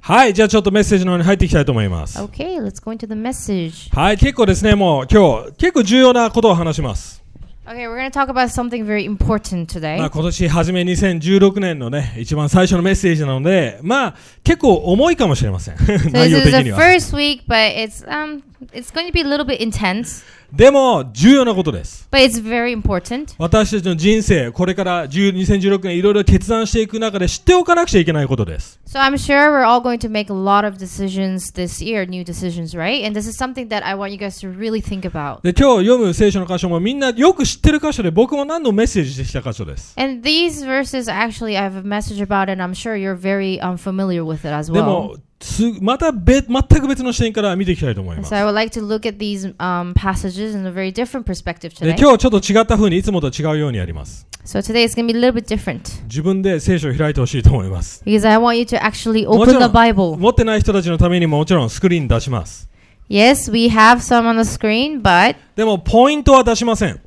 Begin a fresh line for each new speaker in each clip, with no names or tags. はい、じゃあちょっとメッセージの方に入っていきたいと思います。
Okay, let's go into the message.
はい、結構ですね、もう今日、結構重要なことを話します。
Okay, we're going to talk about something very important
まあ、今
today.
年初め2016年のね、一番最初のメッセージなので、まあ、結構重いかもしれません。
So
内容
this
的
is
に
the
は。
first week, but it's um it's going to be a little bit intense,
でも、重要なことです。
but it's very important.
私たちの人生、これから10 2016年いろいろ決断していく中で知っておかなくちゃいけないことです。
So I'm sure we're all going to make a lot of decisions this year, new decisions, right? And this is something that I want you guys to really think about.
で、今日読む聖書の箇所もみんなよく知ってる箇所で、僕も何度もメッセージしてきた箇所です。
And these verses actually I have a message about and I'm sure you're very um, familiar with it as
で
well.
も、つまた別全く別の視点から見ていきたいと思いま
And
す
so。I would like to look at these um, passages in a very different perspective
で
today.
今日ちょっと違った風にいつもと違うようにやります。
So today it's going to be a little bit different
自分で聖書を開いてほしいと思います。
because I want you to actually
もちろ
open the
ん
Bible.
持ってない人たちのためにももちろんスクリーン出します。
Yes, we have some on the screen, but
でもポイントは出しません。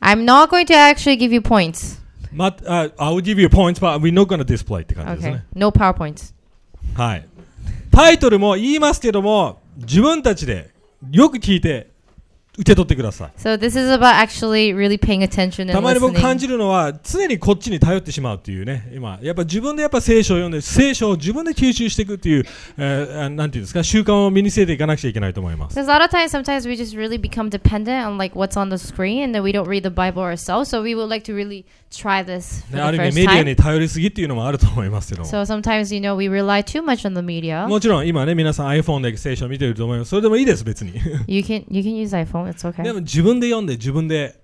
I'm not going to actually give you points.
ま、あ I'll give you points, but we're not gonna display って感じです
Okay.
ね。
No PowerPoints.
はい。タイトルも言いますけども、自分たちでよく聞いて受け取ってください。
So this is about actually really paying attention
た
and
まに僕感
listening.
じるのは常にこっちに頼ってしまうっていうね今やっぱ自分でやっぱ聖書を読んで聖書を自分で吸収していくっていう、えーあなんていうんですか習慣を身につけていかなくちゃいけないと思います
Because a lot of times, sometimes we just really become dependent on like what's on the screen, and then we don't read the Bible ourselves. So we would like to really try this
ね
for
あ
the
る意味メデ
first
ィア
time.
に頼りすぎっていうのもあると思いますけども
So sometimes you know we rely too much on the media.
もちろん今ね皆さん iPhone で聖書を見てると思いますそれでもいいです別 に
You can you can use iPhone. It's
で
okay.
も自分で読んで自分で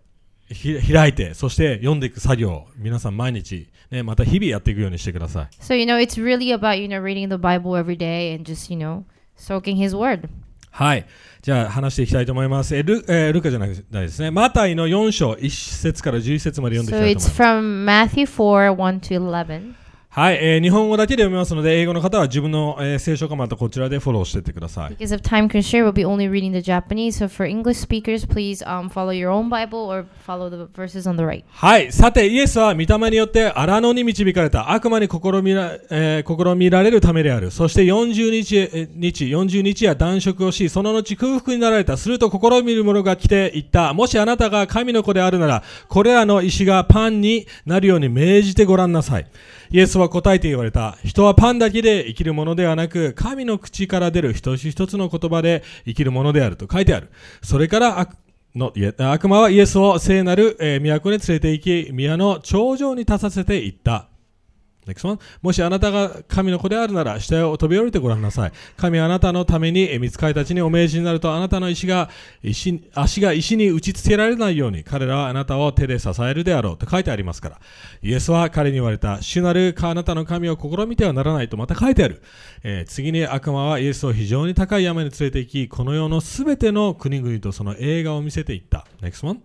ひ開いてそして読んでいく作業皆さん毎日、ね、また日々やっていくようにしてください
So you know it's really about you know reading the Bible every day and just you know soaking His Word.
はい。じゃあ話していきたいと思います。えルえールカじゃなくてですね。マタイの4章、1節から11節まで読んで
So
いきたいと思
it's
います。
from Matthew four one to eleven.
はい、えー日本語だけで読みますので、英語の方は自分の、えー聖書かまたこちらでフォローしていってください。
Because of time constraint, we'll be only reading the Japanese. So for English speakers, please um, follow your own Bible or follow the verses on the right.
はい。さて、イエスは御霊によって荒野に導かれた悪魔に試みら,、えー試みられるためである。そして40日、えー日、40日や断食をし、その後空腹になられた。すると試みる者が来て言った。もしあなたが神の子であるなら、これらの石がパンになるように命じてごらんなさい。イエスは答えて言われた。人はパンだけで生きるものではなく、神の口から出る一つ一つの言葉で生きるものであると書いてある。それから悪のいえ悪魔はイエスを聖なる、えー都に連れて行き、宮の頂上に立たせていった。Next one. もしあなたが神の子であるなら、下へ飛び降りてごらんなさい。神はあなたのために、えー御使いたちにお命じになると、あなたの石が石足が石に打ちつけられないように、彼らはあなたを手で支えるであろうと書いてありますから。イエスは彼に言われた、主なるあなたの神を試みてはならないとまた書いてある。えー次に悪魔はイエスを非常に高い山に連れて行き、この世のすべての国々とその映画を見せていった。Next one.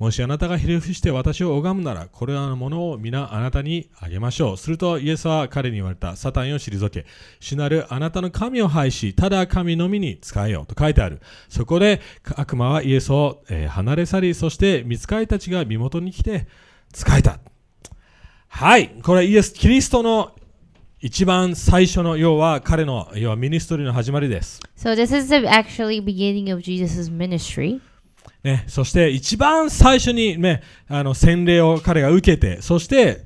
もしあなたがひれ伏して私を拝むなら、これらのものを皆あなたにあげましょう。するとイエスは彼に言われた、サタンを退け、主なるあなたの神を拝し、ただ神のみに仕えようと書いてある。そこで悪魔はイエスを、えー離れ去り、そして見使いたちが身元に来て仕えた。はい、これはイエス・キリストの一番最初の要は彼の要はミニストリーの始まりです。
So this is the actually beginning of Jesus' ministry.
ね、そして一番最初に、ね、あの洗礼を彼が受けて、そして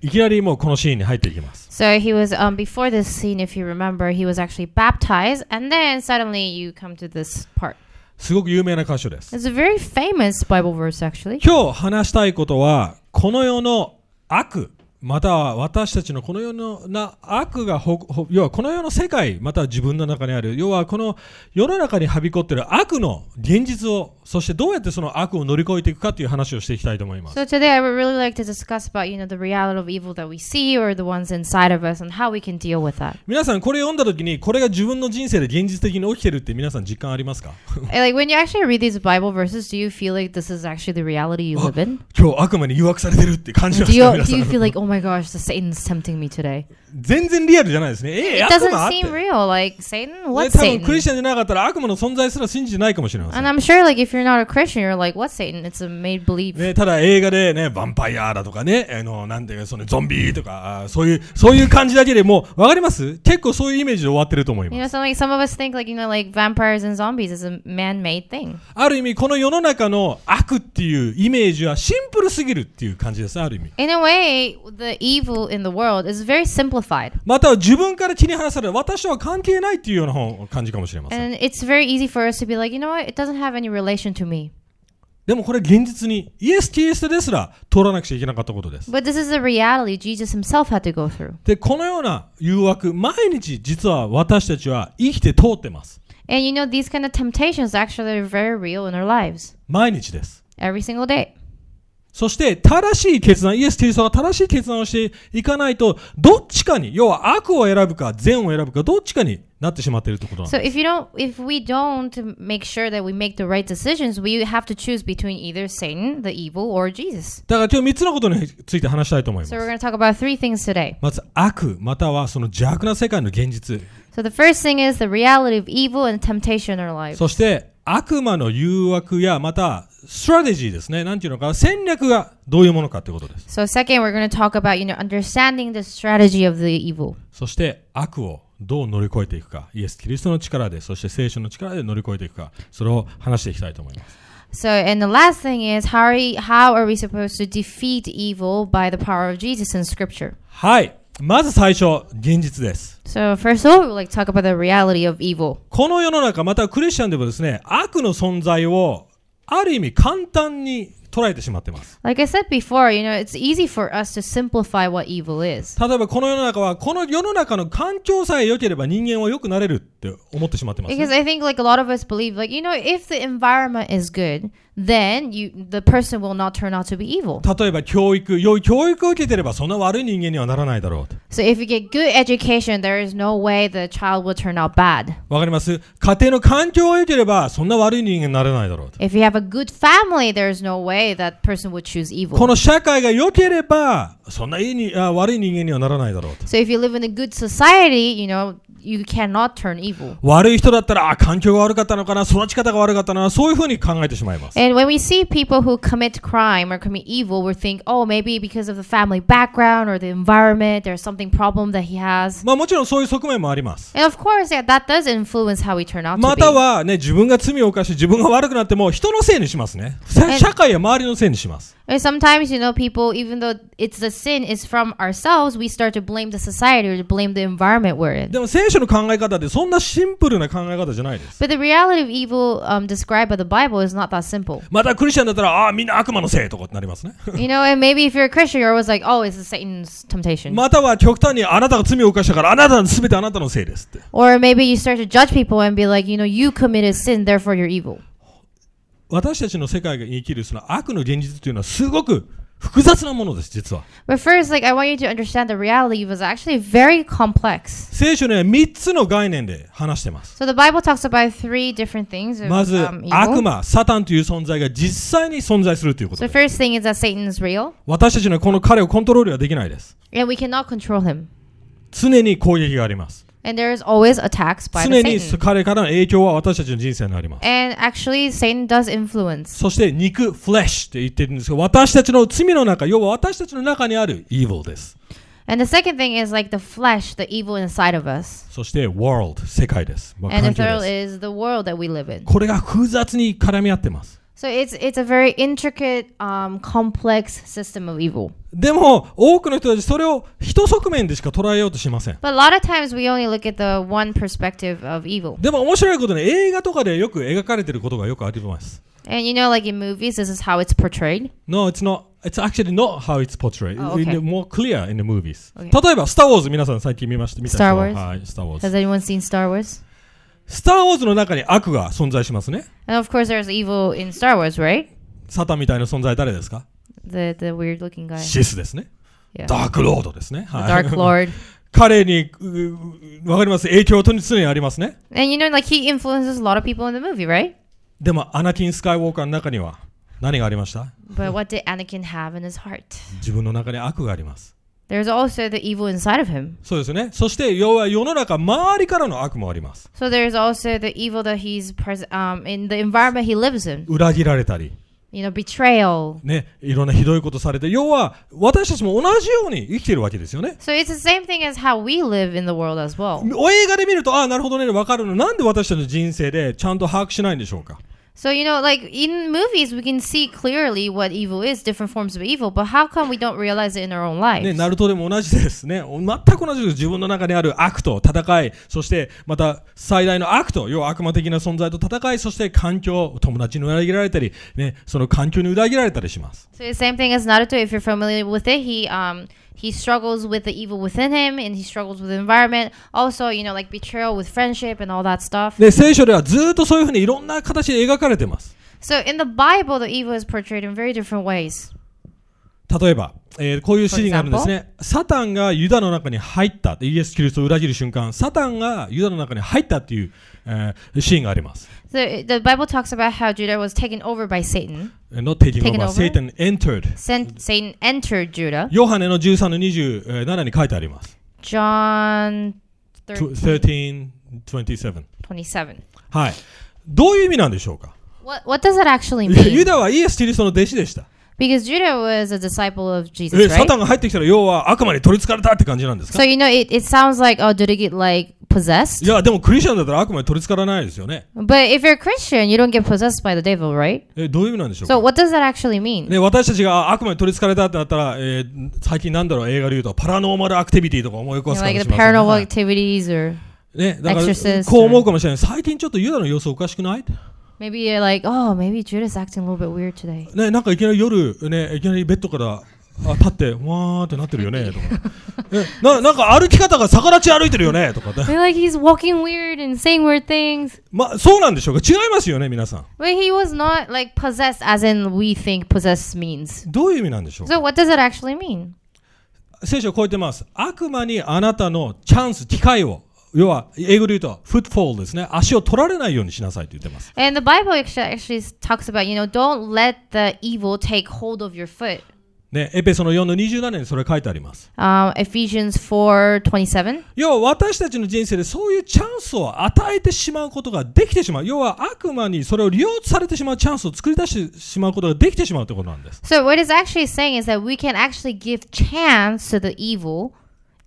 いきなりもうこのシーンに入っていきます。
So he was um, before this scene, if you remember, he was actually baptized, and then suddenly you come to this part.
すごく有名な箇所です。
It's a very famous Bible verse, actually.
今日話したいことは、この世の悪、または私たちのこの世のな悪がほほ要はこの世の世界、または自分の中にある、要はこの世の中にはびこっている悪の現実を、そしてどうやってその悪を乗り越えていくかという話をしていきたいと思います。
So today, I would really like to discuss about you know the reality of evil that we see or the ones inside of us and how we can deal with that.
皆さんこれ読んだ時にこれが自分の人生で現実的に起きてるって皆さん実感ありますか
And, like when you actually read these Bible verses, do you feel like this is actually the reality you live in?
今日悪魔に誘惑されてるって感じま
Do
した
you
皆さ
do you
ん
feel like oh my gosh, the Satan's tempting me today?
全然リアルじゃないですね。ええ
It
悪魔
doesn't
って。
seem real. Like Satan,
ね
what
多分クリスチ
Satan?
ャンじゃなかったら悪魔の存在すら信じてないかもしれませ
And
ん。
I'm sure, like, if you're not a Christian, you're like, what Satan? It's a made believe.
ね、ただ映画でね、ヴァンパイアだとかね、あの、なんていうか、そのゾンビとか、あーそういう、そういう感じだけでもう、わかります結構そういうイメージで終わってると思い
You
ま
know,
す。
some like some of us think like you know, like vampires and zombies is a man-made thing.
ある意味、この世の中の悪っていうイメージはシンプルすぎるっていう感じです、ある意味。
In a way, the evil in the world is very simplified,
または自分から切り離される、私とは関係ないっていうような方感じかもしれません。
and it's very easy for us to be like, you know what? It doesn't have any relation to me.
でもこれ現実に、イエス・キリストですら通らなくちゃいけなかったことです。
But this is a reality Jesus himself had to go through.
で、このような誘惑、毎日実は私たちは生きて通ってます。
And you know, these kind of temptations actually are very real in our lives
毎日です。
every single day.
そして、正しい決断、イエス・キリストは正しい決断をしていかないと、どっちかに、要は悪を選ぶか、善を選ぶか、どっちかになってしまっているということなんです。
So if you don't, if we don't make sure that we make the right decisions, we have to choose between either Satan, the evil, or Jesus.
だから今日3つのことについて話したいと思いま
So we're
す。
going to talk about three things today.
まず、悪、またはその邪悪な世界の現実。
So the first thing is the reality of evil and temptation in our lives.
そして、悪魔の誘惑や、また、ストラテジーですね。なんていうのかな、戦略がどういうものかということです。
So second, we're going to talk about you know understanding the strategy of the evil.
そして、悪をどう乗り越えていくか。イエス・キリストの力で、そして聖書の力で乗り越えていくか。それを話していきたいと思います。
So and the last thing is how are we, how are we supposed to defeat evil by the power of Jesus in Scripture?
はい。まず最初、現実です。
So first of all, we'll like talk about the reality of evil.
この世の中、またはクリスチャンでもですね、悪の存在をある意味簡単に捉えてしまっています。
Like I said before, you know it's easy for us to simplify what evil is.
例えばこの世の中は、この世の中の環境さえ良ければ人間は良くなれるって思ってしまってますね、
Because I think like a lot of us believe like you know if the environment is good, then you the person will not turn out to be evil.
例えば教育、良い教育を受けてればそんな悪い人間にはならないだろうと。
So if you get good education, there is no way the child will turn out bad.
わかります家庭の環境を良ければそんな悪い人間にならないだろうと。
If you have a good family, there's no way that person would choose
こ
evil.
の社会が良ければそんないいにあ悪い人間にはならないだろうと。
So if you live in a good society, you know, you cannot turn evil.
悪い人だったら、あ、環境が悪かったのかな、育ち方が悪かったな、そういうふうに考えてしまいます。
And when we see people who commit crime or commit evil, we think, oh, maybe because of the family background or the environment, there's something problem that he has.
まあもちろんそういう側面もあります。
And of course, yeah, that does influence how we turn out
ま
to
た
be.
はね、自分が罪を犯して自分が悪くなっても人のせいにしますね。
え
さ社会や周りのせいにします。
And sometimes, you know, people, even though it's the sin is from ourselves, we start to blame the society or to blame the environment we're in.
でも聖書の考え方ってそんなシンプルな考え方じゃないです。
But the reality of evil um, described by the Bible is not that simple.
またクリスチャンだったら、ああー、みんな悪魔のせいとかってなりますね。
you know, and maybe if you're a Christian, you're always like, oh, it's a Satan's temptation.
または極端にあなたが罪を犯したから、あなたの全てあなたのせいですって。
or maybe you start to judge people and be like, you know, you committed sin, therefore you're evil.
私たちの世界が生きるその悪の現実というのはすごく複雑なものです、実は。
But first, like, I want you to understand the reality was actually very complex.
聖書には3つの概念で話してます。
So the Bible talks about three different things. Of,
まず
um,、
悪
evil.
魔、サタンという存在が実際に存在するということ
So
で
the
す。
first thing is that Satan is real
私たちのこの彼をコントロールはできないです。
and we cannot control him.
常に攻撃があります。
And there is always attacks by
常
the
に
Satan.
彼からの影響は私たちの人生にあります。
And actually, Satan does influence.
そして肉、フレッシュって言ってるんですけど、私たちの罪の中、要は私たちの中にある evil です。
And the second thing is like the flesh, the evil inside of us.
そして world、世界です。まあ
And the
環境
third
です。
is the world that we live in.
これが複雑に絡み合ってます。
So it's it's a very intricate, um, complex system of evil.
でも、多くの人たちそれを一側面でしか捉えようとしません。
But a lot of times we only look at the one perspective of evil.
でも面白いことに映画とかでよく描かれてることがよくあります。
And you know, like in movies, this is how it's portrayed.
No, it's not. It's actually not how it's portrayed.
Oh, okay.
In the more clear in the movies.
Okay.
例えば、スター・ウォーズ、皆さん最近見ました見た人
Star Wars
はい、スター・ウォー
Has
ズ。
anyone seen Star Wars?
スター・ウォーズの中に悪が存在しますね。
And of course, there's evil in Star Wars, right?
サタンみたいな存在誰ですか
The the weird looking guy.
シスですね。
Yeah.
ダークロードですね。
The
はい
Dark Lord.
彼に、うわかります影響は常にありますね。
And you know, like he influences a lot of people in the movie, right?
でも、アナキン・スカイウォーカーの中には何がありました
But what did Anakin have in his heart?
自分の中に悪があります。
There's also the evil inside of him.
そうですね。そして、要は世の中、周りからの悪もあります。
So there's also the evil that he's pres- um, in the environment he lives in.
裏切られたり、
You know, betrayal.
ね、いろんなひどいことされて、要は私たちも同じように生きてるわけですよね。
So it's the same thing as how we live in the world as well.
お映画で見ると、ああ、なるほどね、わかるの。なんで私たちの人生でちゃんと把握しないんでしょうか。
So you know, like in movies, we can see clearly what evil is, different forms of evil. But how come we don't realize it in our own
ね、
lives?
ナルトでも同じですね。全く同じです。自分の中にある悪と戦い、そしてまた最大の悪と、要は悪魔的な存在と戦い、そして環境、友達に裏切られたり、ね、その環境に裏切られたりします。
So it's the same thing as Naruto. If you're familiar with it, he um he struggles with the evil within him, and he struggles with the environment. Also, you know, like betrayal with friendship and all that stuff.
で、聖書ではずっとそういうふうにいろんな形で描かれてます。
So in the Bible, the evil is portrayed in very different ways.
例えば、えーこういうシーンがあるんですね。サタンがユダの中に入ったって。イエス・キリストを裏切る瞬間、サタンがユダの中に入ったっていう、えーシーンがあります。
The the Bible talks about how Judah was taken over by Satan.
Uh, Not taking
Taken
over,
over?
Satan entered.
Sen- Satan entered Judah.
ヨハネの13の27に書いてあります。
John 13,
13:27
27.
はい。どういう意味なんでしょうか
What what does that actually
ユ
mean?
ダはイエス・キリストの弟子でした。
Because Judah was a disciple of
え、
Jesus,
サタ
right?
ンが入ってきたら要は悪魔に取り憑かれたって感じなんですか
So you know, it, it sounds like oh, did it get like
い
possessed?
や、でもクリスチャンだったら悪魔に取り憑からないですよね。
But if you're a Christian, you don't get possessed by the devil, right?
え、どういう意味なんでしょう
So
か
what does that actually mean?
ね、私たちがあ悪魔に取り憑かれたってなったら、えー最近なんだろう、映画で言うと、パラノーマルアクティビティとか思い起
You
こ
know,
すかもし
like
れ
the
ませんね
paranormal
はい。
activities, or
ね、だから、
Exorcist
こう思うかもしれない。最近ちょっとユダの様子おかしくない
maybe you're like, oh, maybe Judah's acting a little bit weird today.
ね、なんかいきなり夜、ね、いきなりベッドからあ立って、わーってなってるよ ね、とか。えななんか歩き方が逆立ち歩いてるよね、とかね。
They're like he's walking weird and saying weird things.
まあ、そうなんでしょうか。違いますよね、皆さん。
But he was not like possessed as in we think possessed means.
どういう意味なんでしょう
So what does it actually mean?
聖書を超えてます。悪魔にあなたのチャンス、機会を。要は、英語で言うと、フットフォールですね。足を取られないようにしなさいって言ってます。
And the Bible actu- actually s- talks about, you know, don't let the evil take hold of your foot.
ね、エペソの4の27にそれ書いてあります。
Um, Ephesians 4 27.
要は私たちの人生でそういうチャンスを与えてしまうことができてしまう。要は悪魔にそれを利用されてしまうチャンスを作り出してしまうことができてしまうということなんです。
So what it's actually saying is that we can actually give chance to the evil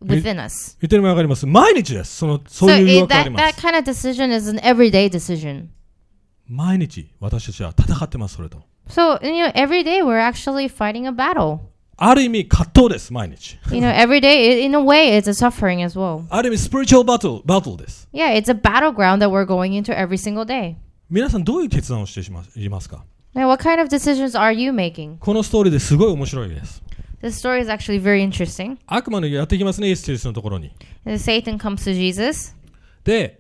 within us.
言ってる意味わかります。毎日です。その、そ
So
ういう誘
it,
惑があり
that,
ま
that
す。
kind of decision is an everyday decision.
毎日私たちは戦ってます、それと。
So, you know, every day we're actually fighting a battle.
ある意味葛藤です、毎日。
You know, every day, i- in a way, it's a suffering as well.
ある意味スピリチュアルバトル、バトルです。
Yeah, it's a battleground that we're going into every single day.
皆さんどういう決断をしてしまいますか
Now, what kind of decisions are you making?
このストーリーですごい面白いです。
This story is actually very interesting.
悪魔のやってきますね、イエス・キリストのところに。
And Satan comes to Jesus.
で、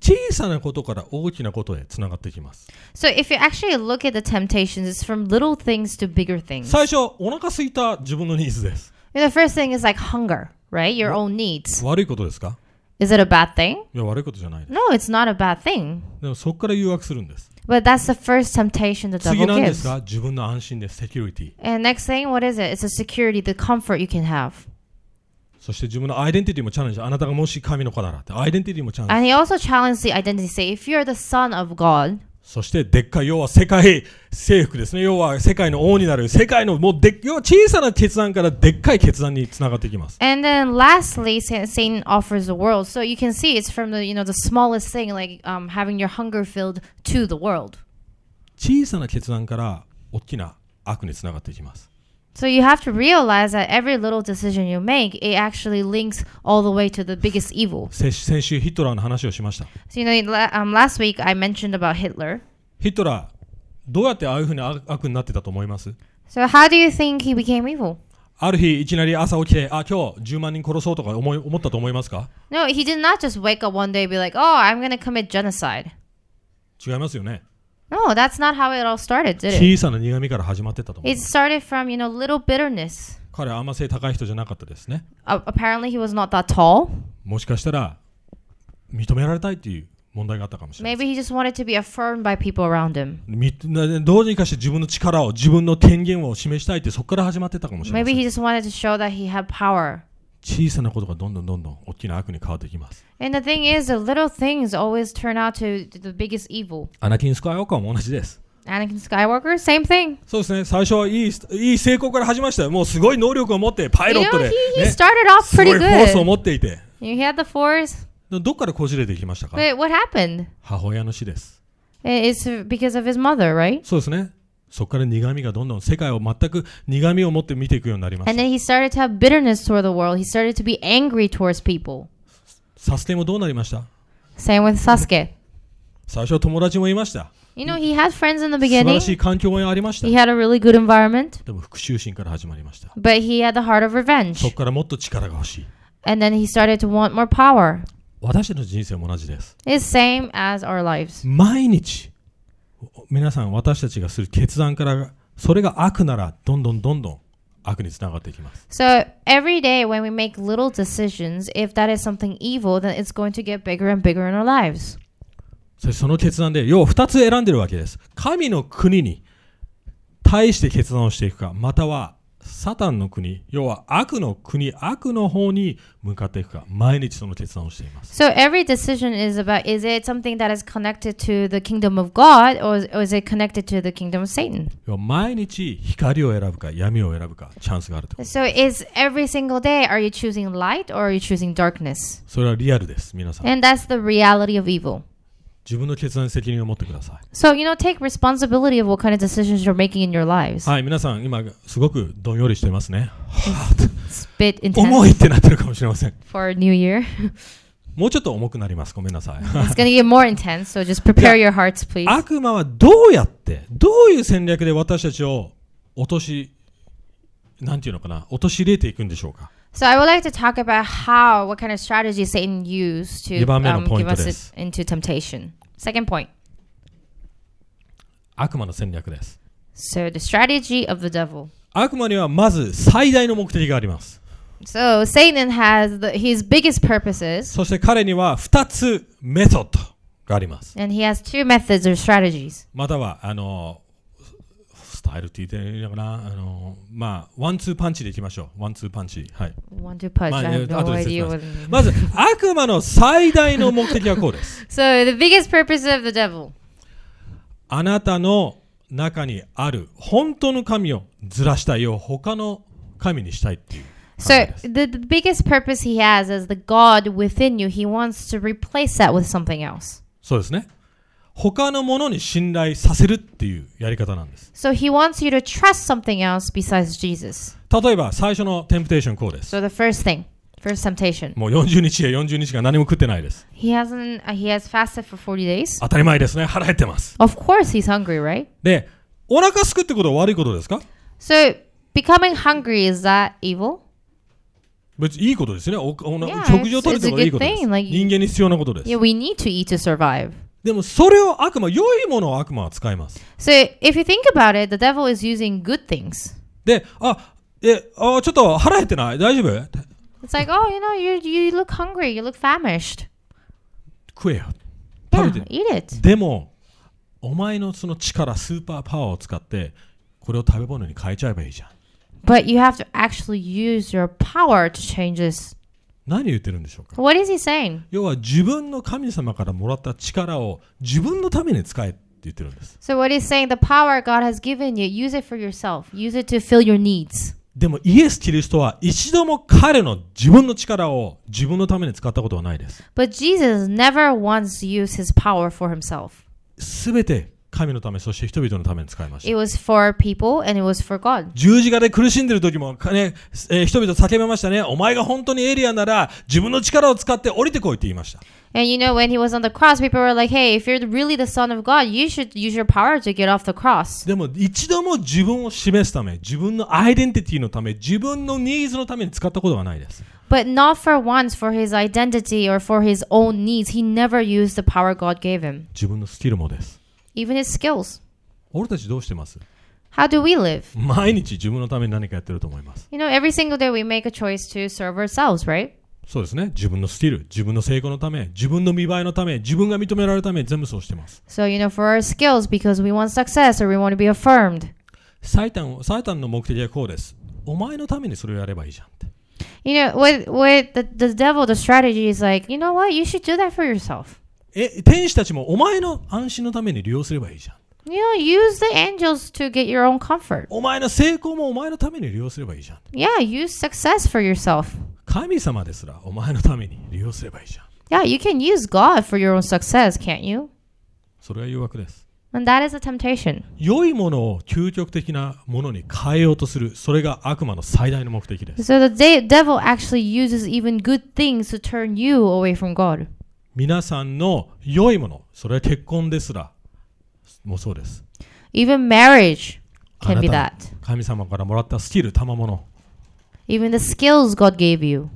小さなことから大きなことへつながっていきます。
So, if you actually look at the temptations, it's from little things to bigger things.
最初、お腹空いた自分のニーズです。
And the first thing is like hunger, right? Your own needs.
悪いことですか
Is it a bad thing?
いや、悪いことじゃないです。
No, it's not a bad thing.
でもそこから誘惑するんです。
But that's the first temptation the
次
devil
なんです
gives.
か自分の安心です。セキュリティ。
And next thing, what is it? It's the security, the comfort you can have.
そして自分のアイデンティティもチャレンジ。あなたがもし神の子ならって。アイデンティティもチャレンジ。
And he also challenged the identity, say, if you're the son of God,
そして、でっかい、要は世界征服ですね。要は世界の王になる。世界の、もうでっ、要は小さな決断からでっかい決断につながっていきます。
And then lastly, Sa- Satan offers the world. So you can see it's from the you know the smallest thing, like um, having your hunger filled to the world.
小さな決断から大きな悪につながっていきます。
So you have to realize that every little decision you make, it actually links all the way to the biggest evil.
先先週ヒトラーの話をしました。
So you know, la- um, last week I mentioned about Hitler.
ヒトラー、どうやってああいうふうに悪悪になってたと思います
So how do you think he became evil?
ある日、いきなり朝起きて、あ、今日10万人殺そうとか思い思ったと思いますか
No, he did not just wake up one day and be like, "Oh, I'm gonna commit genocide."
違いますよね。
No, that's not how it all started, did it?
小さな苦みから始まってたと思う
It。started from you know little bitterness.
彼はあんま背高い人じゃなかったですね。
Uh, apparently, he was not that tall.
もしかしたら、認められたいっていう問題があったかもしれない
Maybe he just wanted to be affirmed by people around him.
みなどうにかして自分の力を自分の権限を示したいってそこから始まってたかもしれない
Maybe he just wanted to show that he had power.
小さなことがどんどんどんどん大きな悪に変わっていきます
And the thing is, the little things always turn out to to the biggest evil.
アナキン・スカイウォーカーも同じです
Anakin Skywalker, same thing.
そうですね最初はいいいい成功から始めましたよもうすごい能力を持ってパイ
You
ロット
know,
で、ね
he, he、started off
すご
pretty
いフォースを
good.
持っていて
He had the force,
どっからこじれていきましたか
but what happened?
母親の死です
It- It's because of his mother, right?
そうですねそこから苦みがどんどん世界を全く苦みを持って見ていくようになりまし
And
た
then he started to have bitterness toward the world. He started to be angry towards people.
サスケもどうなりました
Same with Sasuke.
最初は友達もいました
You know, he had friends in the
素晴
beginning.
らしい環境もありました
He had a really good environment,
でも復讐心から始まりました
but he had the heart of
そ
revenge.
こからもっと力が欲しい
And then he started to want more power.
私たちの人生も同じです
It's same as our lives.
毎日皆さん私たちがする決断からそれが悪ならどんどんどんどん悪につながっていきます
So every day when we make little decisions, if that is something evil, then it's going to get bigger and bigger in our lives.
そしてその決断で要は2つ選んでるわけです神の国に対して決断をしていくかまたはサタンの国要は悪の国悪の方に向かっていくか毎日その決断をしています
So every decision is about is it something that is connected to the kingdom of God or is, or is it connected to the kingdom of Satan?
要は毎日光を選ぶか闇を選ぶかチャンスがあると
So is every single day are you choosing light or are you choosing darkness?
それはリアルです皆さん
And that's the reality of evil.
自分の決断に責任を持ってください
So you know take responsibility of what kind of decisions you're making in your lives.
はい皆さん今すごくどんよりしてますね
It's a bit
重
intense
いってなってるかもしれません
for New Year.
もうちょっと重くなりますごめんなさい
it's going to get more intense, so just prepare your hearts please.
悪魔はどうやってどういう戦略で私たちを落としなんていうのかな落とし入れていくんでしょうか
So I would like to talk about how, what kind of strategy Satan used to
二番目の
um,
ポイント
give us
です。
it into temptation. Second point.
悪魔の戦略です
So the strategy of the devil.
悪魔にはまず最大の目的があります
So Satan has the, his biggest purposes,
そして彼には2つメソッドがあります
and he has two methods or strategies.
またはあのスタイルって言っていいのかなあのまあワンツーパンチでいきましょうワンツーパンチはい
One to punch.
まあ、
I
え
have
ー
no
後で説
idea
明
what.
します。まず、悪魔の最大の目的はこうです。
So the biggest purpose of the devil.
あなたの中にある本当の神をずらしたいよう他の神にしたいっていう。
So the, the biggest purpose he has is the God within you. He wants to replace that with something else.
そうですね。他のものに信頼させるっていうやり方なんです。
So he wants you to trust something else besides Jesus.
例えば、最初のテンプテーションこうです。
So the first thing, first temptation.
もう40日や40日が何も食ってないです。
He hasn't. Uh, he has fasted for forty days.
当たり前ですね。腹減ってます。
Of course, he's hungry, right?
で、お腹すくってことは悪いことですか
So becoming hungry is that evil?
別にいいことですよね。おおな
Yeah,
食事を取るってことはいいことです
it's a good thing. Like-
人間に必要なことです
Yeah,。we need to eat to survive.
でもそれを悪魔、良いものを悪魔は使います。
So if you think about it, the devil is using good things.
で、あ、え、あちょっと腹減ってない大丈夫
It's like, oh, you know, you you look hungry, you look famished.
食えよ。
Yeah,
食べて。
eat it.
でも、お前のその力、スーパーパワーを使って、これを食べ物に変えちゃえばいいじゃん。
But you have to actually use your power to change this.
何言ってるんでしょうか
What is he saying?
要は自分の神様からもらった力を自分のために使えって言ってるんです。
So what he's saying, the power God has given you, use it for yourself. Use it to fill your needs.
でもイエス・キリストは一度も彼の自分の力を自分のために使ったことはないです。
But Jesus never once used his power for himself.
すべて神のため、そして人々のために使いました
It。was for people and it was for God.
十字架で苦しんでる時も、ねえー人々叫びましたね。お前が本当にエリアなら自分の力を使って降りてこいって言いました。
And you know, when he was on the cross, people were like, hey, if you're really the Son of God, you should use your power to get off the cross.
でも一度も自分を示すため、自分のアイデンティティのため、自分のニーズのために使ったことがないです。
But not for once for his identity or for his own needs. He never used the power God gave him,
自分のスキルもです。
even his skills.
俺たちどうしてます
How do we live?
毎日自分のために何かやってると思います。
You know, every single day we make a choice to serve ourselves, right?
そうですね。自分のスキル、自分の成功のため、自分の見栄えのため、自分が認められるため、全部そうしてます。
So, you know, for our skills, because we want success or we want to be affirmed.
サイタンをサイタンの目的はこうです。お前のためにそれをやればいいじゃんって。
You know, with, with the, the devil, the strategy is like, you know what? You should do that for yourself.
え、天使たちもお前の安心のために利用すればいいじゃん。
You know, use the angels to get your own comfort.
お前の成功もお前のために利用すればいいじゃん。
Yeah, use success for yourself.
神様ですらお前のために利用すればいいじゃん。
Yeah, you can use God for your own success, can't you?
それが誘惑です。
And that is a temptation.
良いものを究極的なものに変えようとする。それが悪魔の最大の目的です。
So the de- devil actually uses even good things to turn you away from God.
皆さんの良いもの、それは結婚ですら、もうそうです。
Even marriage
あ
can
な
be
た
that.
神様からもらったスキル、賜物。
Even the skills God gave you.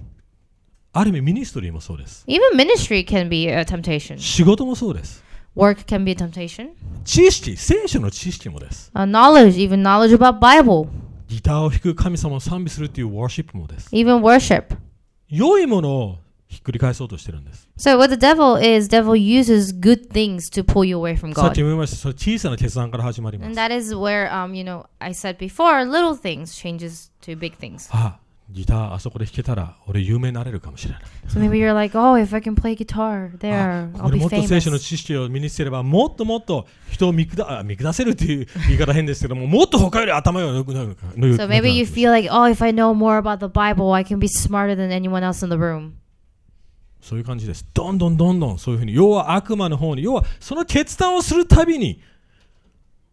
ある意味ミニストリーもそうです。
Even ministry can be a temptation.
仕事もそうです。
Work can be a temptation.
知識、聖書の知識もです。
Uh, knowledge, even knowledge about Bible,
ギターを弾く神様を賛美するっていうワーシップもです。
even worship.
良いものをひっくり返そうとしてるんです。
So what the devil is, devil uses good things to pull you away from
さっき
God.
も言いました、それ小さな決断から始まります
And。that is where, um, you know, I said before, little things changes to big things.
あギターあそこで弾けたら俺有名になれるかもしれない
So maybe you're like, oh, if I can play guitar
あ
there,
ここ
I'll
で
be
もっと聖
famous.
書の知識を身につければもっともっと人を見下あ見下せるっていう言い方変ですけどももっと他より頭が良くなるから
So maybe you
良くなる
feel like, oh, if I know more about the Bible, I can be smarter than anyone else in the room.
そういう感じですどんどんどんどんそういうふうに要は悪魔の方に要はその決断をするたびに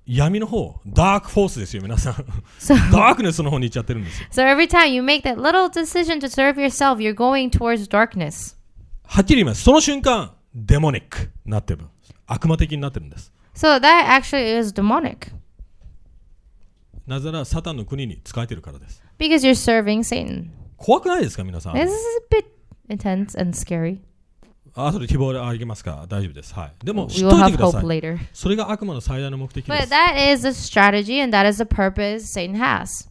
闇の方ダークフォースですよ皆さん
So,
ダークネスの方に行っちゃってるんですよ
so every time you make that little decision to serve yourself, you're going towards darkness.
はっきり言いますその瞬間デモニックになってる悪魔的になってるんです
So that actually is demonic
なぜならサタンの国に仕えてるからです
because you're serving Satan.
怖くないですか皆さん
This is a bit intense and scary.
あとで希望であげますか大丈夫です。はい。でも、知
We
っと
will
いてく
have
だ
hope
さい。
later.
それが悪魔の最大の目的で
But
す。
that is the strategy and that is the purpose Satan has.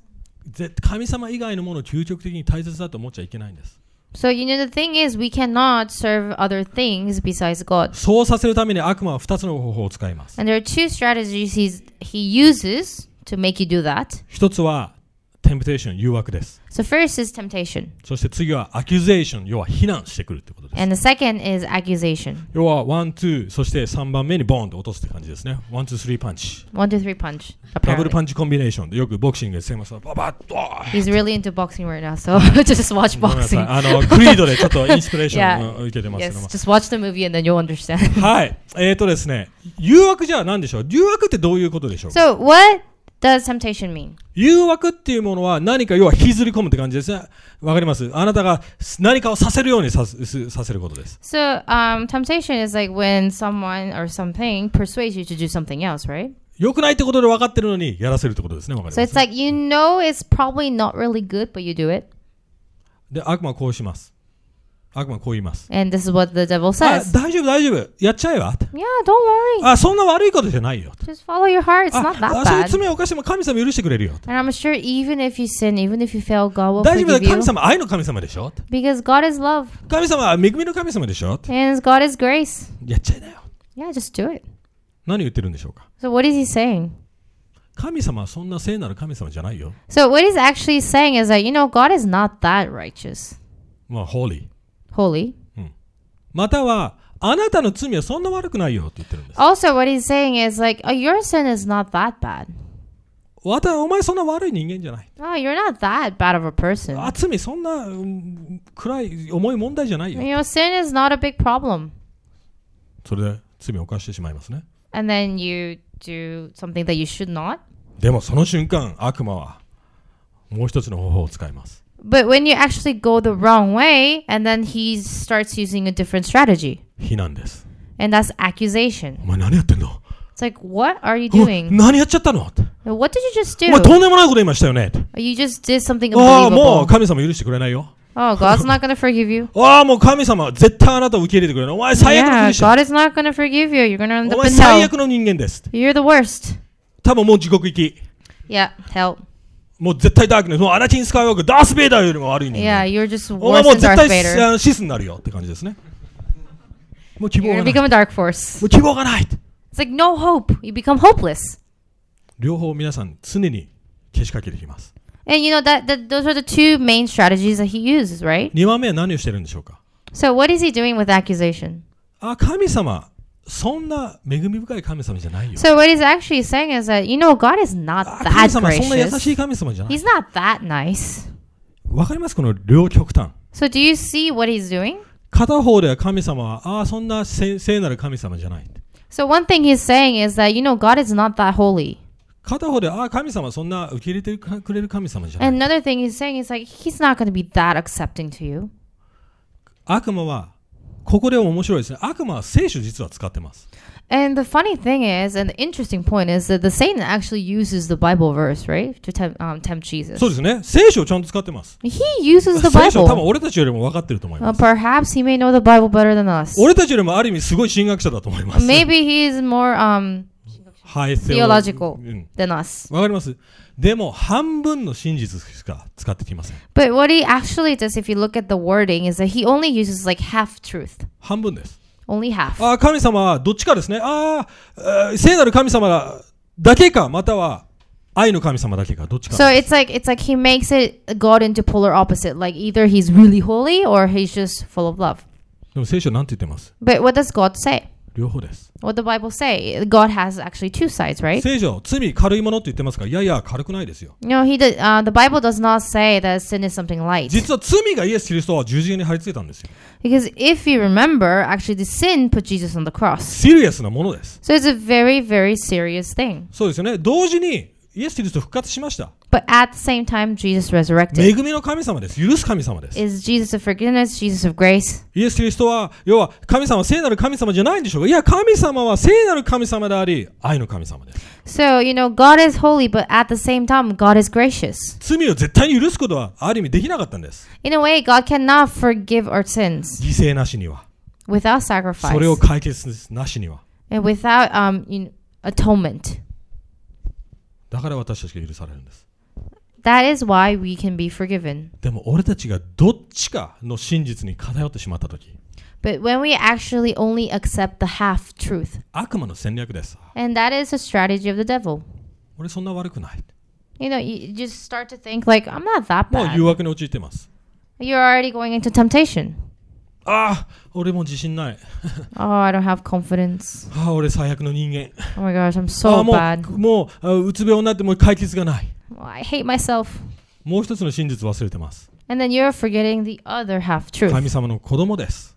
ぜ神様以外のものを究極的に大切だと思っちゃいけないんです。
So, you know, the thing is, we cannot serve other things besides God.
そうさせるために悪魔は2つの方法を使います。
And there are two strategies he's, he uses to make you do that.
一つは、テンプテーション、誘惑です。
So, first is temptation,
そして次は、アキュゼーション、要は非難してくるってことです。
and the second is accusation.
要は、ワン、ツー、そして3番目にボーンと落とすって感じですね。ワン、ツー、スリーパンチ。
One, two, three punch.
ダブル
Apparently.
パンチコンビネーションでよくボクシングでせますババッと
He's really into boxing right now, so just watch
ごめんなさ
boxing.
い。あの、クリードでちょっとインスピレーションを受けてますけども
yes,。just watch the movie and then you'll understand.
はい。えーとですね、誘惑じゃあ何でしょう誘惑ってどういうことでしょうか
so, what does temptation mean?
誘惑っていうものは何か要は引きずり込むって感じですね。わかりますあなたが何かをさせるようにさすすさせることです。
So, um, temptation is like when someone or something persuades you to do something else, right?
良くないってことで分かってるのにやらせるってことですね。わかり
So
ま
it's
す、ね。
like you know it's probably not really good, but you do it,
で、悪魔はこうします。悪魔はこう言います。
and this is what the devil
あ
says.
大丈夫、大丈夫。やっちゃえば。
yeah, don't worry.
あ、そんな悪いことじゃないよ。
Just follow your heart. uh, It's
あ
not that
あ、そういう
bad.
罪を犯しても神様許してくれるよ。
And I'm sure even if you sin, even if you fail, God will
大丈夫だ。
forgive
神
you
様、愛の神様でしょ
because God is love
神様は恵みの神様でしょ
and God is grace.
やっちゃいなよ。
Yeah, just do it.
何言ってるんでしょうか
So what is he saying?
神様はそんな聖なる神様じゃないよ。
So what he's actually saying is that you know God is not that righteous,
まあ、ホーリー。
holy.
または、あなたの罪はそんな悪くないよって言ってるんです。
Also, what he's saying is like oh, your sin is not that bad.
わた、お前そんな悪い人間じゃない。
Oh, you're not that bad of a person.
あ、罪そんな、うん暗い、重い問題じゃない
You
よ。
know, sin is not a big problem.
それで罪を犯してしまいますね。
And then you do something that you should not.
でもその瞬間、悪魔はもう一つの方法を使います。
But when you actually go the wrong way, and then he starts using a different strategy,
非難です。
and that's accusation.
お前何やってんの
It's like, what are you
お
doing?
何やっちゃったのって
What did you just
お前と
do?
んでもないこと言いましたよね。
You just did something
ああ、もう
unbelievable.
神様許してくれないよ。
Oh, God's not gonna forgive you.
ああ、もう神様は絶対あなたを受け入れてくれない。お前最悪の
Yeah,
君者。
God is not gonna forgive you. You're gonna end
お
up
前
in
最
hell.
悪の人間です。
You're the worst.
多分もう地獄行き。
Yeah, hell.
ももう絶対ダークネス、もうアナキン・スカイウォーク、ダース・ベイダーよりも悪い人
Yeah,
間。
you're just
お前
worse
もう
than
絶
Darth
対
Vader.
あのシスになるよって感じですね。もう希
You're
望
gonna
がない。も
become a dark force.
う希望がない。
It's like no hope. You become hopeless.
両方皆さん常にけしかけてきます。
And you know that, that those are the two main strategies that he uses, right?
2番目は何をしてるんでしょうか
So what is he doing with accusation?
あ、神様、そんな恵み深い神様じゃないよ。
So what he's actually saying is that you know God is not
あ
that
神様、そんな優し
gracious.
い神様じゃない。
He's not that nice.
わかりますこの両極端。
So do you see what he's doing?
片方では神様は、ああ、そんな聖聖なる神様じゃない。
So one thing he's saying is that you know God is not that holy.
片方で、ああ、神様はそんな受け入れてくれる神様じゃない。
And another thing he's saying is like he's not going to be that accepting to you.
悪魔は、ここでも面白いですね。悪魔は聖書実は使ってます。
And the funny thing is, and the interesting point is that the Satan actually uses the Bible verse, right, to tempt, um, tempt Jesus.
そうですね。聖書をちゃんと使ってます。
he uses the
聖書多分
Bible.
俺たちよりも分かってると思い
Uh,
ます。
perhaps he may know the Bible better than us.
俺たちよりもある意味すごい神学者だと思います。
Maybe he is more um,
はい
theological
うん。
than us.
わかりますでも、半分の真実しか使ってきません。
But what he actually does, if you look at the wording, is that he only uses like half truth,
半分です。
only half.
ああ、神様はどっちかですね。ああ、えー聖なる神様だけか、または愛の神様だけか、どっちか。
So it's like it's like he makes it God into polar opposite. Like either he's really holy or he's just full of love.
でも聖書なんて言ってます
But what does God say?
両方です。
What the Bible say? God has actually two sides, right?
聖書、罪軽いものって言ってますから、いやいや、軽くないですよ。
No, he did, uh, the Bible does not say that sin is something light.
実は罪がイエス・キリストは十字架に貼り付いたんですよ。
Because if you remember, actually the sin put Jesus on the cross.
シリアスなものです。
So it's a very, very serious thing.
そうですよね。同時に、イエス・キリスト復活しました。
But at the same time, Jesus resurrected.
恵みの神様です。許す神様です。
is Jesus of forgiveness, Jesus of grace.
イエス・キリストは、要は神様は聖なる神様じゃないんでしょうかいや、神様は聖なる神様であり、愛の神様です。
So, you know, God is holy, but at the same time, God is gracious.
罪を絶対に許すことは、ある意味できなかったんです。
In a way, God cannot forgive our sins
犠牲なしには。
without
それを
sacrifice
解決なしには。
and without um, you know, atonement.
だから私たちが許されるんです。
That is why we can be forgiven.
でも俺たちがどっちかの真実に偏ってしまったとき、
But when we actually only accept the half truth,
悪魔の戦略です。
and that is a strategy of the devil.
俺そんな悪くない。
You know, you just start to think like, I'm not that
もう
bad.
誘惑に陥ってます。
You're already going into temptation.
ああ、俺も自信ない。
Oh, I don't have confidence.
ああ、俺最悪の人間。
Oh my gosh,
あ
I'm so
あ、も
bad.
う、もうあ、うつ病になってもう解決がない。
Oh, I hate myself.
もう一つの真実忘れてます。
And then you're forgetting the other half
神
truth.
様の子供です。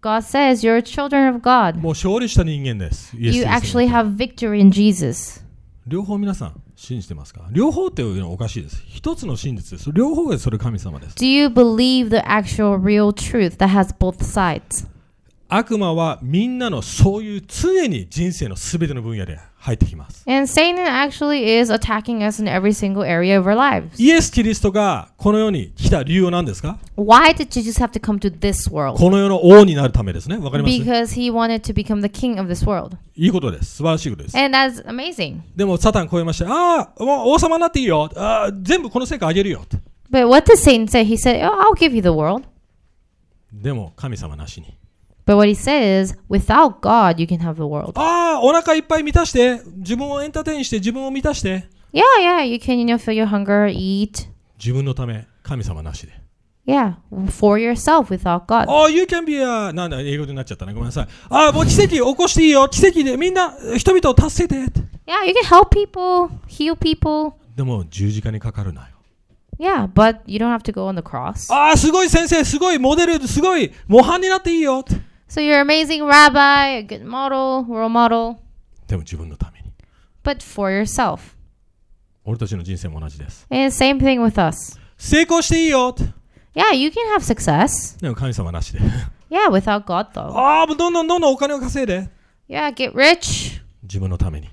God says you're children of God.
もう勝利した人間です。イエス
You
キリスト
actually
に
have victory in Jesus.
両方皆さん信じてますか両方っていうのはおかしいです。一つの真実です。両方がそれ神様です。
Do you believe the actual real truth that has both sides?
悪魔はみんなのそういう常に人生のすべての分野で入ってきます。
And Satan actually is attacking us in every single area of our lives.
イエス・キリストがこの世に来た理由は何ですか
Why did Jesus have to come to this world?
この世の王になるためですね。わかります
Because he wanted to become the king of this world.
いいことです。素晴らしいことです。
And that's amazing.
でもサタン超えまして、ああ、もう王様になっていいよ。ああ、全部この世界あげるよ。
But what did Satan say? He said, Oh, I'll give you the world.
でも神様なしに。
But what he said is, without God, you can have the world.
ああ、お腹いっぱい満たして、自分をエンターテインして、自分を満たして。
Yeah, yeah, you can, you know, feel your hunger, eat,
自分のため、神様なしで。
Yeah, for yourself without God.
ああ、You can be a... なんだ、英語になっちゃったね。ごめんなさい。ああ、もう奇跡起こしていいよ。奇跡で、みんな、人々を助けて。
Yeah, you can help people, heal people.
でも、十字架にかかるなよ。
Yeah, but you don't have to go on the cross.
ああ、すごい先生、すごいモデル、すごい模範になっていいよ。
So you're an amazing rabbi, a good model, role model,
でも自分のために。
but for yourself.
俺たちの人生も同じです。
And same thing with us.
成功していいよ。
Yeah, you can have success.
でも神様なしで。
Yeah, without God though.
ああ、もうどんどんどんどんお金を稼いで。
Yeah, get rich
自分のために。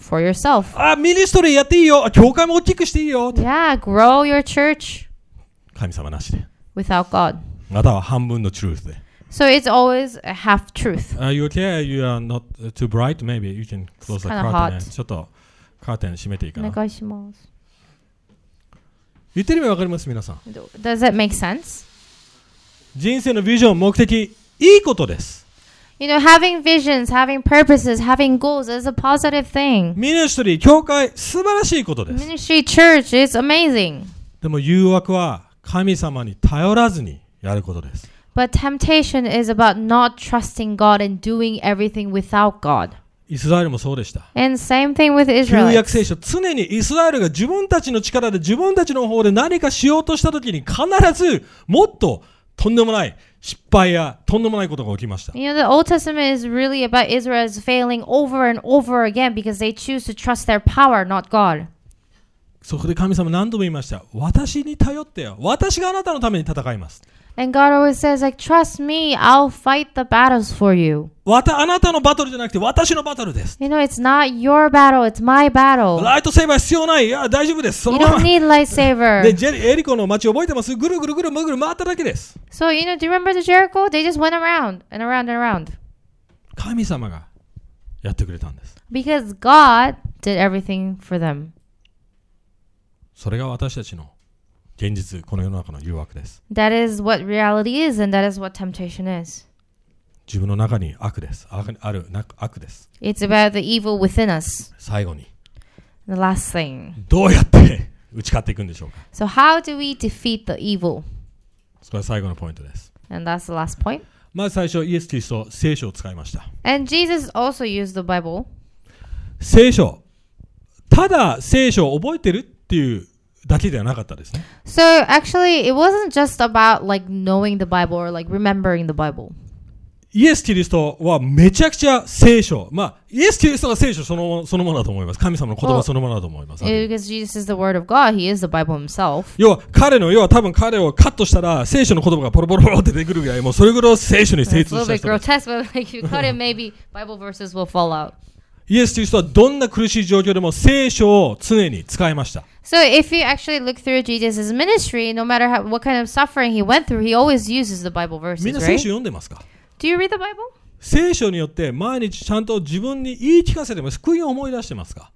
for yourself.
ああ、ミニストリーやっていいよ。あ教会も大きくしていいよ。
Yeah, grow your church
神様なしで。
without God.
または半分の truth で。
So it's always a half truth.
Are you okay? You are not too bright? Maybe you can close the
It's kinda
curtain.
hot.
ちょっとカーテン閉めていいかな。
お願いします。
言ってる意味わかります皆さん
Do- Does that make sense?
人生のビジョン目的いいことです
You know, having visions, having purposes, having goals is a positive thing.
ミニストリー教会素晴らしいことです
Ministry church is amazing.
でも誘惑は神様に頼らずにやることです
But temptation is about not trusting God and doing everything without God.
イスラエルもそうでした
And same thing with
旧
Israel.
約聖書常にイスラエルが自分たちの力で自分たちの方で何かしようとした時に必ずもっととんでもない失敗やとんでもないことが起きました
You know, the Old Testament is really about Israel's failing over and over again because they choose to trust their power, not God.
そこで神様何度も言いました私に頼ってよ私があなたのために戦います
And God always says, like, trust me, I'll fight the battles for you.
わたあなたのバトルじゃなくて私のバトルです
You know, it's not your battle, it's my battle.
ライトセーバー必要ないいや大丈夫ですそ
You
のま
don't
ま
need
で
lightsaber.
ジェリエリコの街覚えてますぐるぐるぐるぐる回っただけです
So, you know, do you remember the Jericho? They just went around and around and around.
神様がやってくれたんです
Because God did everything for them.
それが私たちの現実この世の中の誘惑です
That is what reality is, and that is what temptation is.
自分の中に悪です悪あるな悪です
It's about the evil within us.
最後に
The last thing.
どうやって打ち勝っていくんでしょうか
So, how do we defeat the evil?
それは最後のポイントです
And that's the last point.
まず最初イエス・キリスト聖書を使いました
And Jesus also used the Bible.
聖書ただ聖書を覚えてるっていうだけではなかったですね
So, actually, it wasn't just about like knowing the Bible or like remembering the Bible.
イエス・キリストはめちゃくちゃ聖書まあイエス・キリストが聖書そのそのものだと思います神様の言葉そのものだと思います
Yeah, because Jesus is the Word of God, He is the Bible Himself.
要は彼の要は多分彼をカットしたら聖書の言葉がポロポロポロって出てくるぐらいもうそれぐらい聖書に
And
精
It's a
通した
little bit
人です
grotesque, but like if you cut it, maybe Bible verses will fall out.
イエス・キリストはどんな苦しい状況でも聖書を常に使いました
So, if you actually look through Jesus' ministry, no matter how, what kind of suffering he went through, he always uses the Bible
みん
verses,
な聖
right?
書読んでますか
Do you read the Bible?
聖書によって毎日ちゃんと自分に言い聞かせてます救いを思い出してますか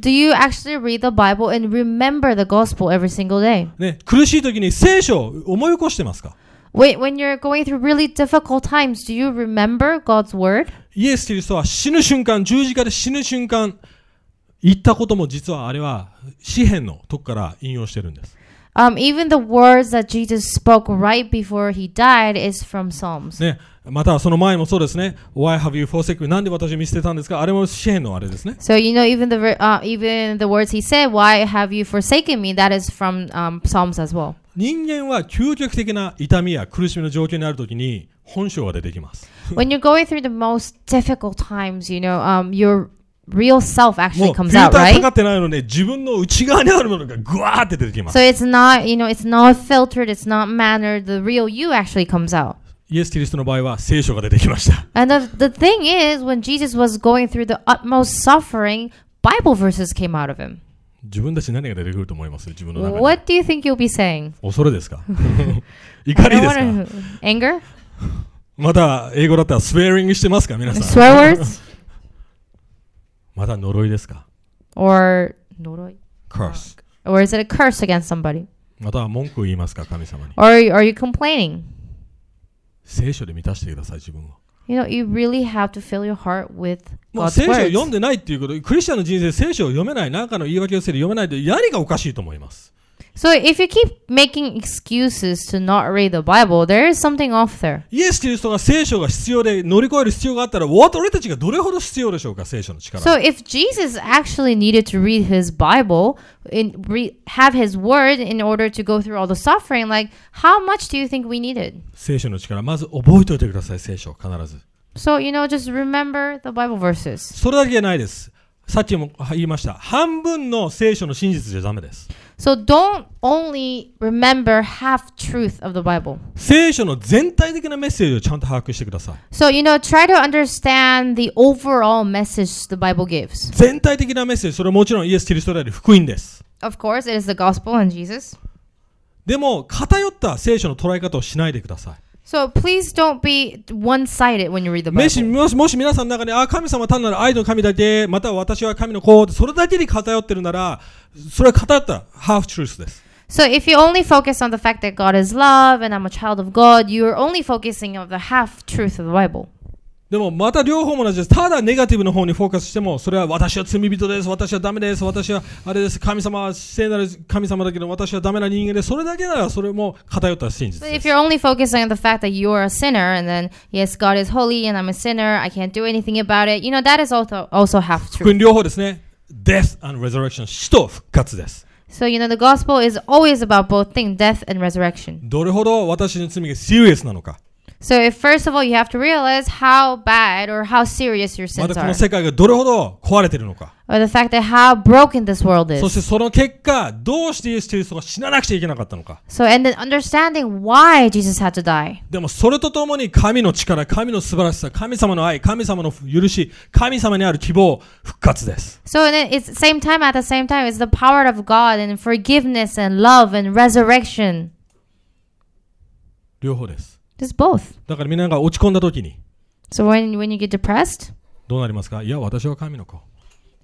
Do you actually read the Bible and remember the gospel every single day?
ね苦しい時に聖書を思い起こしてますか
Wait, when you're going through really difficult times, do you remember God's word?
イエス・キリストは死ぬ瞬間十字架で死ぬ瞬間言ったことも実はあれは詩篇のとこから引用してるんです
Um, even the words that Jesus spoke right before he died is from Psalms.
ね、またはその前もそうですね。Why have you forsaken me? なんで私を見捨てたんですかあれも支援のあれですね。
So you know, even the ver- uh, even the words he said, "Why have you forsaken me?" That is from um, Psalms as well.
人間は究極的な痛みや苦しみの状況にあるときに本性が出てきます。
when you're going through the most difficult times, you know, um, your real self
も
actually
うフィル
comes
タ
out,
ーか
right?
かってないので自分の内側にあるものがぐわーって出てきます
So。it's not, you know, it's not filtered, it's not mannered. The real you actually comes out.
イエス・キリストの場合は聖書が出てきました。
And the, the thing is, when Jesus was going through the utmost suffering, Bible verses came out of him.
自分たちに何が出てくると思います自分の中に。
What do you think you'll be saying?
恐れ ですか怒
I
り
don't
ですか
wanna- anger,
また英語だったらスウェーリングしてますか皆さん。
swear words,
また呪いですか
or
?curse。
or is it a curse against somebody?
または文句を言いますか神様に。
Or are you complaining?
聖書で満たしてください自分を。
You know, you really have to fill your heart with
まあ、
God's
聖書を読
words.
んでないっていうこと、クリスチャンの人生、聖書を読めない、何かの言い訳をして読めないと、何がおかしいと思います。
So if you keep making excuses to not read the Bible, there is something off there.
イエス・キリストが聖書が必要で乗り越える必要があったら、俺たちがどれほど必要でしょうか、聖書の力。
So if Jesus actually needed to read his Bible and re- have his word in order to go through all the suffering, like how much do you think we needed?
聖書の力、まず覚えておいてください、聖書、必ず。
So you know, just remember the Bible verses.
それだけじゃないです。さっきも言いました、半分の聖書の真実じゃダメです。
So don't only remember half truth of the Bible.
聖書の全体的なメッセージをちゃんと把握してください。
So you know, try to understand the overall message the Bible gives.
全体的なメッセージ、それはもちろんイエス・キリストであり、福音です。
Of course, it is the gospel and Jesus.
でも、偏った聖書の捉え方をしないでください。
So please don't be one-sided when you read the
もし
Bible.
もしもし皆さんの中に、あ、神様単なる愛の神だけ、または私は神の子、それだけに偏ってるなら、それは偏ったハーフトゥルースです。
So if you only focus on the fact that God is love and I'm a child of God, you're only focusing on the half truth of the Bible.
でもまた両方も同じです。ただネガティブの方にフォーカスしても、それは私は罪人です、私はダメです、私はあれです、神様は聖なる神様だけど、私はダメな人間です、それだけならそれも偏った真実
But
で
if
す。
you're only focusing on the fact that you're a sinner and then, yes, God is holy and I'm a sinner, I can't do anything about it, you know, that is also, also half
福
truth.
音両方ですね。Death and Resurrection、死と復活です。
So, you know, the gospel is always about both things death and resurrection.
どれほど私の罪がシリアスなのか、
So, if first of all, you have to realize how bad or how serious your
また
sins
こ
are,
の世界がどれほど壊れているのか、
or the fact that how broken this world
そし
is.
てその結果、どうしてイエス・キリストが死ななくちゃいけなかったのか。
So, and then understanding why Jesus had to die.
でもそれとともに神の力、神の素晴らしさ、神様の愛、神様の許し、神様にある希望、復活です。
So and then it's same time at the same time it's the power of God and forgiveness and love and resurrection.
両方です。
Just both.
だからみんなが落ち込んだ時に、
So when when you get depressed,
どうなりますかいや、私は神の子。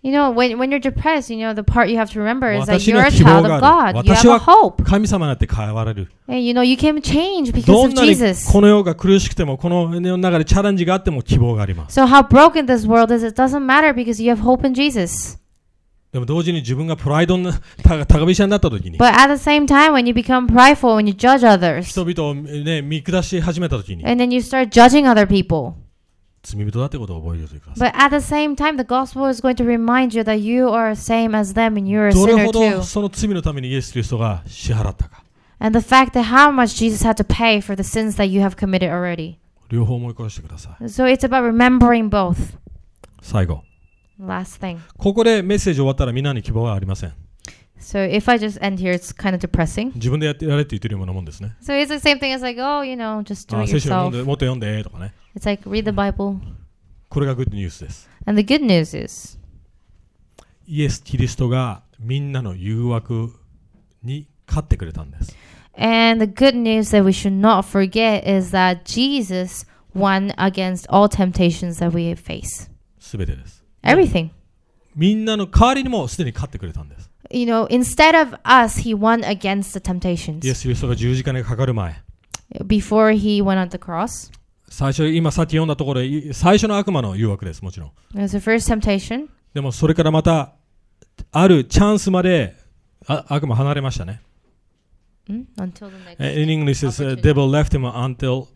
you know when when you're depressed, you know the part you have to remember is that
私に
you're
は
a
希望
child
が
of
ある。
God. You
私
have a
は
hope.
神様になって変われる。
And you know you can change
ど
because
ん
of
なに
Jesus.
この世が苦しくても、この世の中でチャレンジがあっても希望があります。
So how broken this world is, it doesn't matter because you have hope in Jesus.
でも同時に自分がプライドのた高飛車になった時に、
But at the same time when you become prideful when you judge others
人々を、ね、見下し始めた時に、
and then you start judging other people.
罪人だってことを覚えておいてください。
But at the same time, the gospel is going to remind you that you are same as them and you're a
どれ
sinner
ほ
too.
どその罪のためにイエス・キリストが支払ったか。
And the fact that how much Jesus had to pay for the sins that you have committed already.
両方思い返してください。
So it's about remembering both.
最後。
Last thing.
ここでメッセージ終わったらみんなに希望はありません。
So if I just end here, it's kind of depressing.
自分でやってやれって言ってるようなもんですね。
So it's the same thing as like, oh, you know, just do
あ
it
聖書を読ん
yourself.
でもっと読んでとかね。
It's like read the Bible.
これがグッドニュースです。
And the good news is
イエス・キリストがみんなの誘惑に勝ってくれたんです。
and the good news that we should not forget is that Jesus won against all temptations that we face.
すべてです。
Everything.
みんなの代わりにもすでに勝ってくれたんです。
you know, instead of us, he won against the temptations
イエス・キリストが十字架にかかる前、
before he went on the cross.
最初、今さっき読んだところで、い最初の悪魔の誘惑です、もちろん。
It was the first temptation.
でもそれからまた、あるチャンスまであ悪魔離れましたね。
Mm, until the next.
Uh, In English, it's uh,
Opportunity.
devil left him until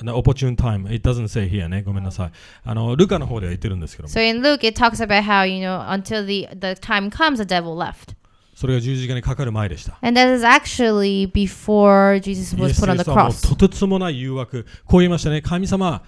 an opportune time. It doesn't say here ね。ごめんなさい。あの、ルカの方では言ってるんですけども、
So in Luke, it talks about how, you know, until the, the time comes, the devil left.
それが十字架にかかる前でした。
And that is actually before Jesus
イエ
was
ス・キ
put on
リ
the
ストはもう
cross.
とてつもない誘惑。こう言いましたね。神様、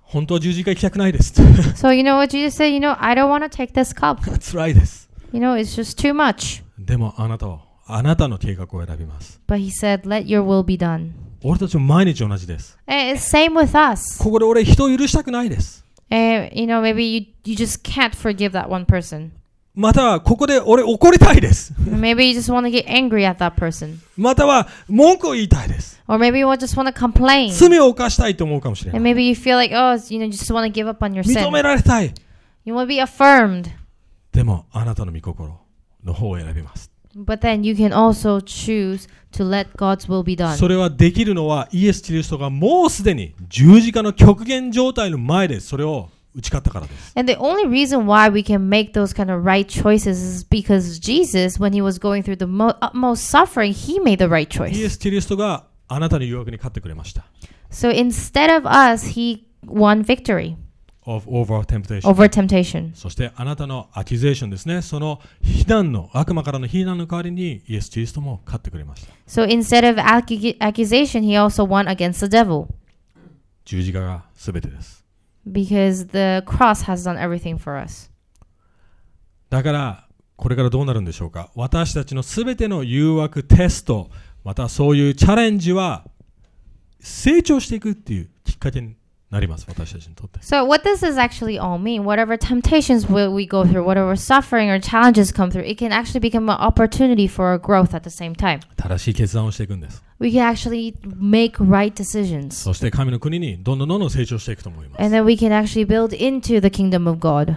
本当は十字架行きたくないです。
So, you know what Jesus said? You know, I don't want to take this cup.
辛いです。
You know, it's just too much.
でもあなたは、あなたの計画を選びます。
But he said, let your will be done.
俺たちも毎日同じです。
And it's same with us.
ここで俺人を許したくないです。
And, you know, maybe you, you just can't forgive that one person.
または、ここで俺怒りたいです。
Maybe you just want to get angry at that person.
または、文句を言いたいです。
Or maybe you just want to complain.
罪を犯したいと思うかもしれない
And。maybe you feel like, oh, it's- you know, you just want to give up on your
認
sin.
められたい。
You want to be affirmed.
でも、あなたの御心の方を選びます。
But then you can also choose to let God's will be done.
それはできるのは、イエス・キリストがもうすでに十字架の極限状態の前でそれを打ち勝ったからです。
And the only reason why we can make those kind of right choices is because Jesus, when he was going through the mo- utmost suffering, he made the right
イエ
choice.
ス・キリストがあなたの誘惑に勝ってくれました。
So instead of us, he won victory
of over temptation.
over temptation.
そしてあなたのアキュゼーションですね。その非難の、悪魔からの非難の代わりにイエス・キリストも勝ってくれました。
So instead of accu- accusation, he also won against the devil
十字架が全てです。
because the cross has done everything for us.
だから、これからどうなるんでしょうか私たちのすべての誘惑、テスト、またそういうチャレンジは、成長していくっていうきっかけになります、私たちにとって。
So what does this actually all mean? Whatever temptations we, we go through, whatever suffering or challenges come through, it can actually become an opportunity for our growth at the same time.
正しい決断をしていくんです。
We can actually make right decisions.
そして神の国にどんどんどんどん成長していくと思います。
And
今
then we can actually build into the kingdom of God.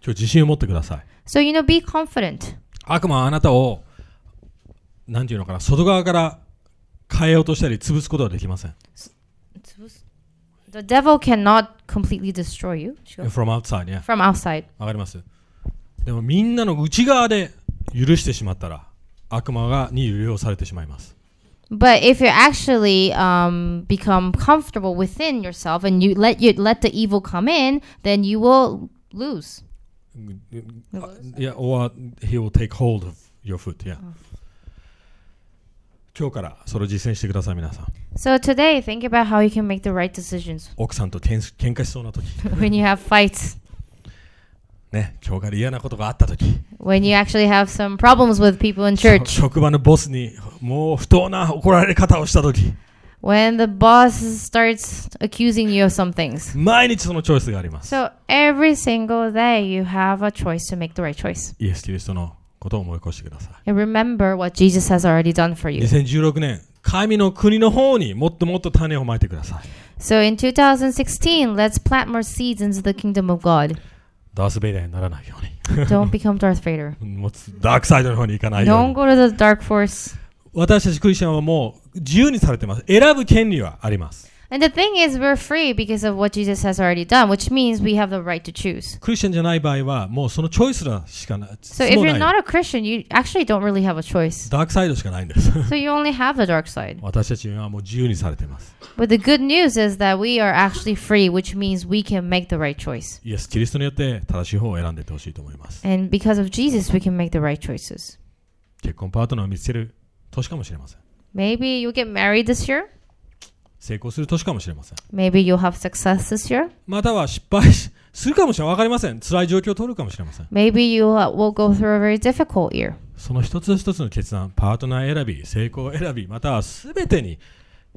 日自信を持ってください。
So, you know, be confident.
悪魔はあなたをなんていうのかな、外側から変えようとしたり、潰すことはできません。
The devil cannot completely destroy you Sure.
from outside ね。
from outside.
わかります。でもみんなの内側で許してしまったら、悪魔がに利用されてしまいます。
But if you actually um, become comfortable within yourself and you let you let the evil come in, then you will lose.
いや、or he will take hold of your foot. Yeah. 今日からそれを実践してください、皆さん。
So today, think about how you can make the right decisions
奥さんとけん喧嘩しそうな時
when you have fights,
ね、教会で嫌なことがあった時
when you actually have some problems with people in church,
職場のボスにもう不当な怒られ方をした時
when the boss starts accusing you of some things.
毎日そのチョイスがあります。
So every single day, you have a choice to make the right choice.
イエス・キリストのことを思い起こしてくださ
And remember what Jesus has already done for
い。
you.
2016年、神の国の方にもっともっと種をまいてください。
So in 2016, let's plant more seeds into the kingdom of God.
ダース・ベイダーにならないよ
Don't become Darth Vader.
うに。もうダークサイドの方に行かないよう
Don't
に。
go to the dark force.
私たちクリスチャンはもう自由にされてます。選ぶ権利はあります。
And the thing is, we're free because of what Jesus has already done, which means we have the right to choose.
クリスチャンじゃない場合は、もうそのチョイスらしかない。
So if
もう
you're
ない
not a Christian, you actually don't really have a choice.
ダークサイドしかないんです。
So you only have the dark side.
私たちはもう自由にされてます。
But the good news is that we are actually free, which means we can make the right choice.
イエス・キリストによって正しい方を選んでいってほしいと思います。
And because of Jesus, we can make the right choices.
結婚パートナーを見つける年かもしれません。
Maybe you'll get married this year.
成功する年かもしれません。
Maybe you'll have success this year.
または失敗しするかもしれません。わかりません。辛い状況を取るかもしれません。
Maybe you uh, will go through a very difficult year.
その一つ一つの決断、パートナー選び、成功選び、または全てに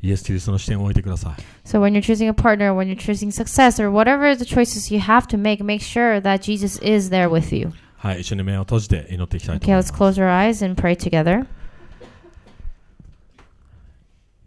イエス・キリストの視点を置いてください。
So when you're choosing a partner, when you're choosing success, or whatever the choices you have to make, make sure that Jesus is there with you.
はい、一緒に目を閉じて祈っていきたいと
Okay,
思います。
let's close our eyes and pray together.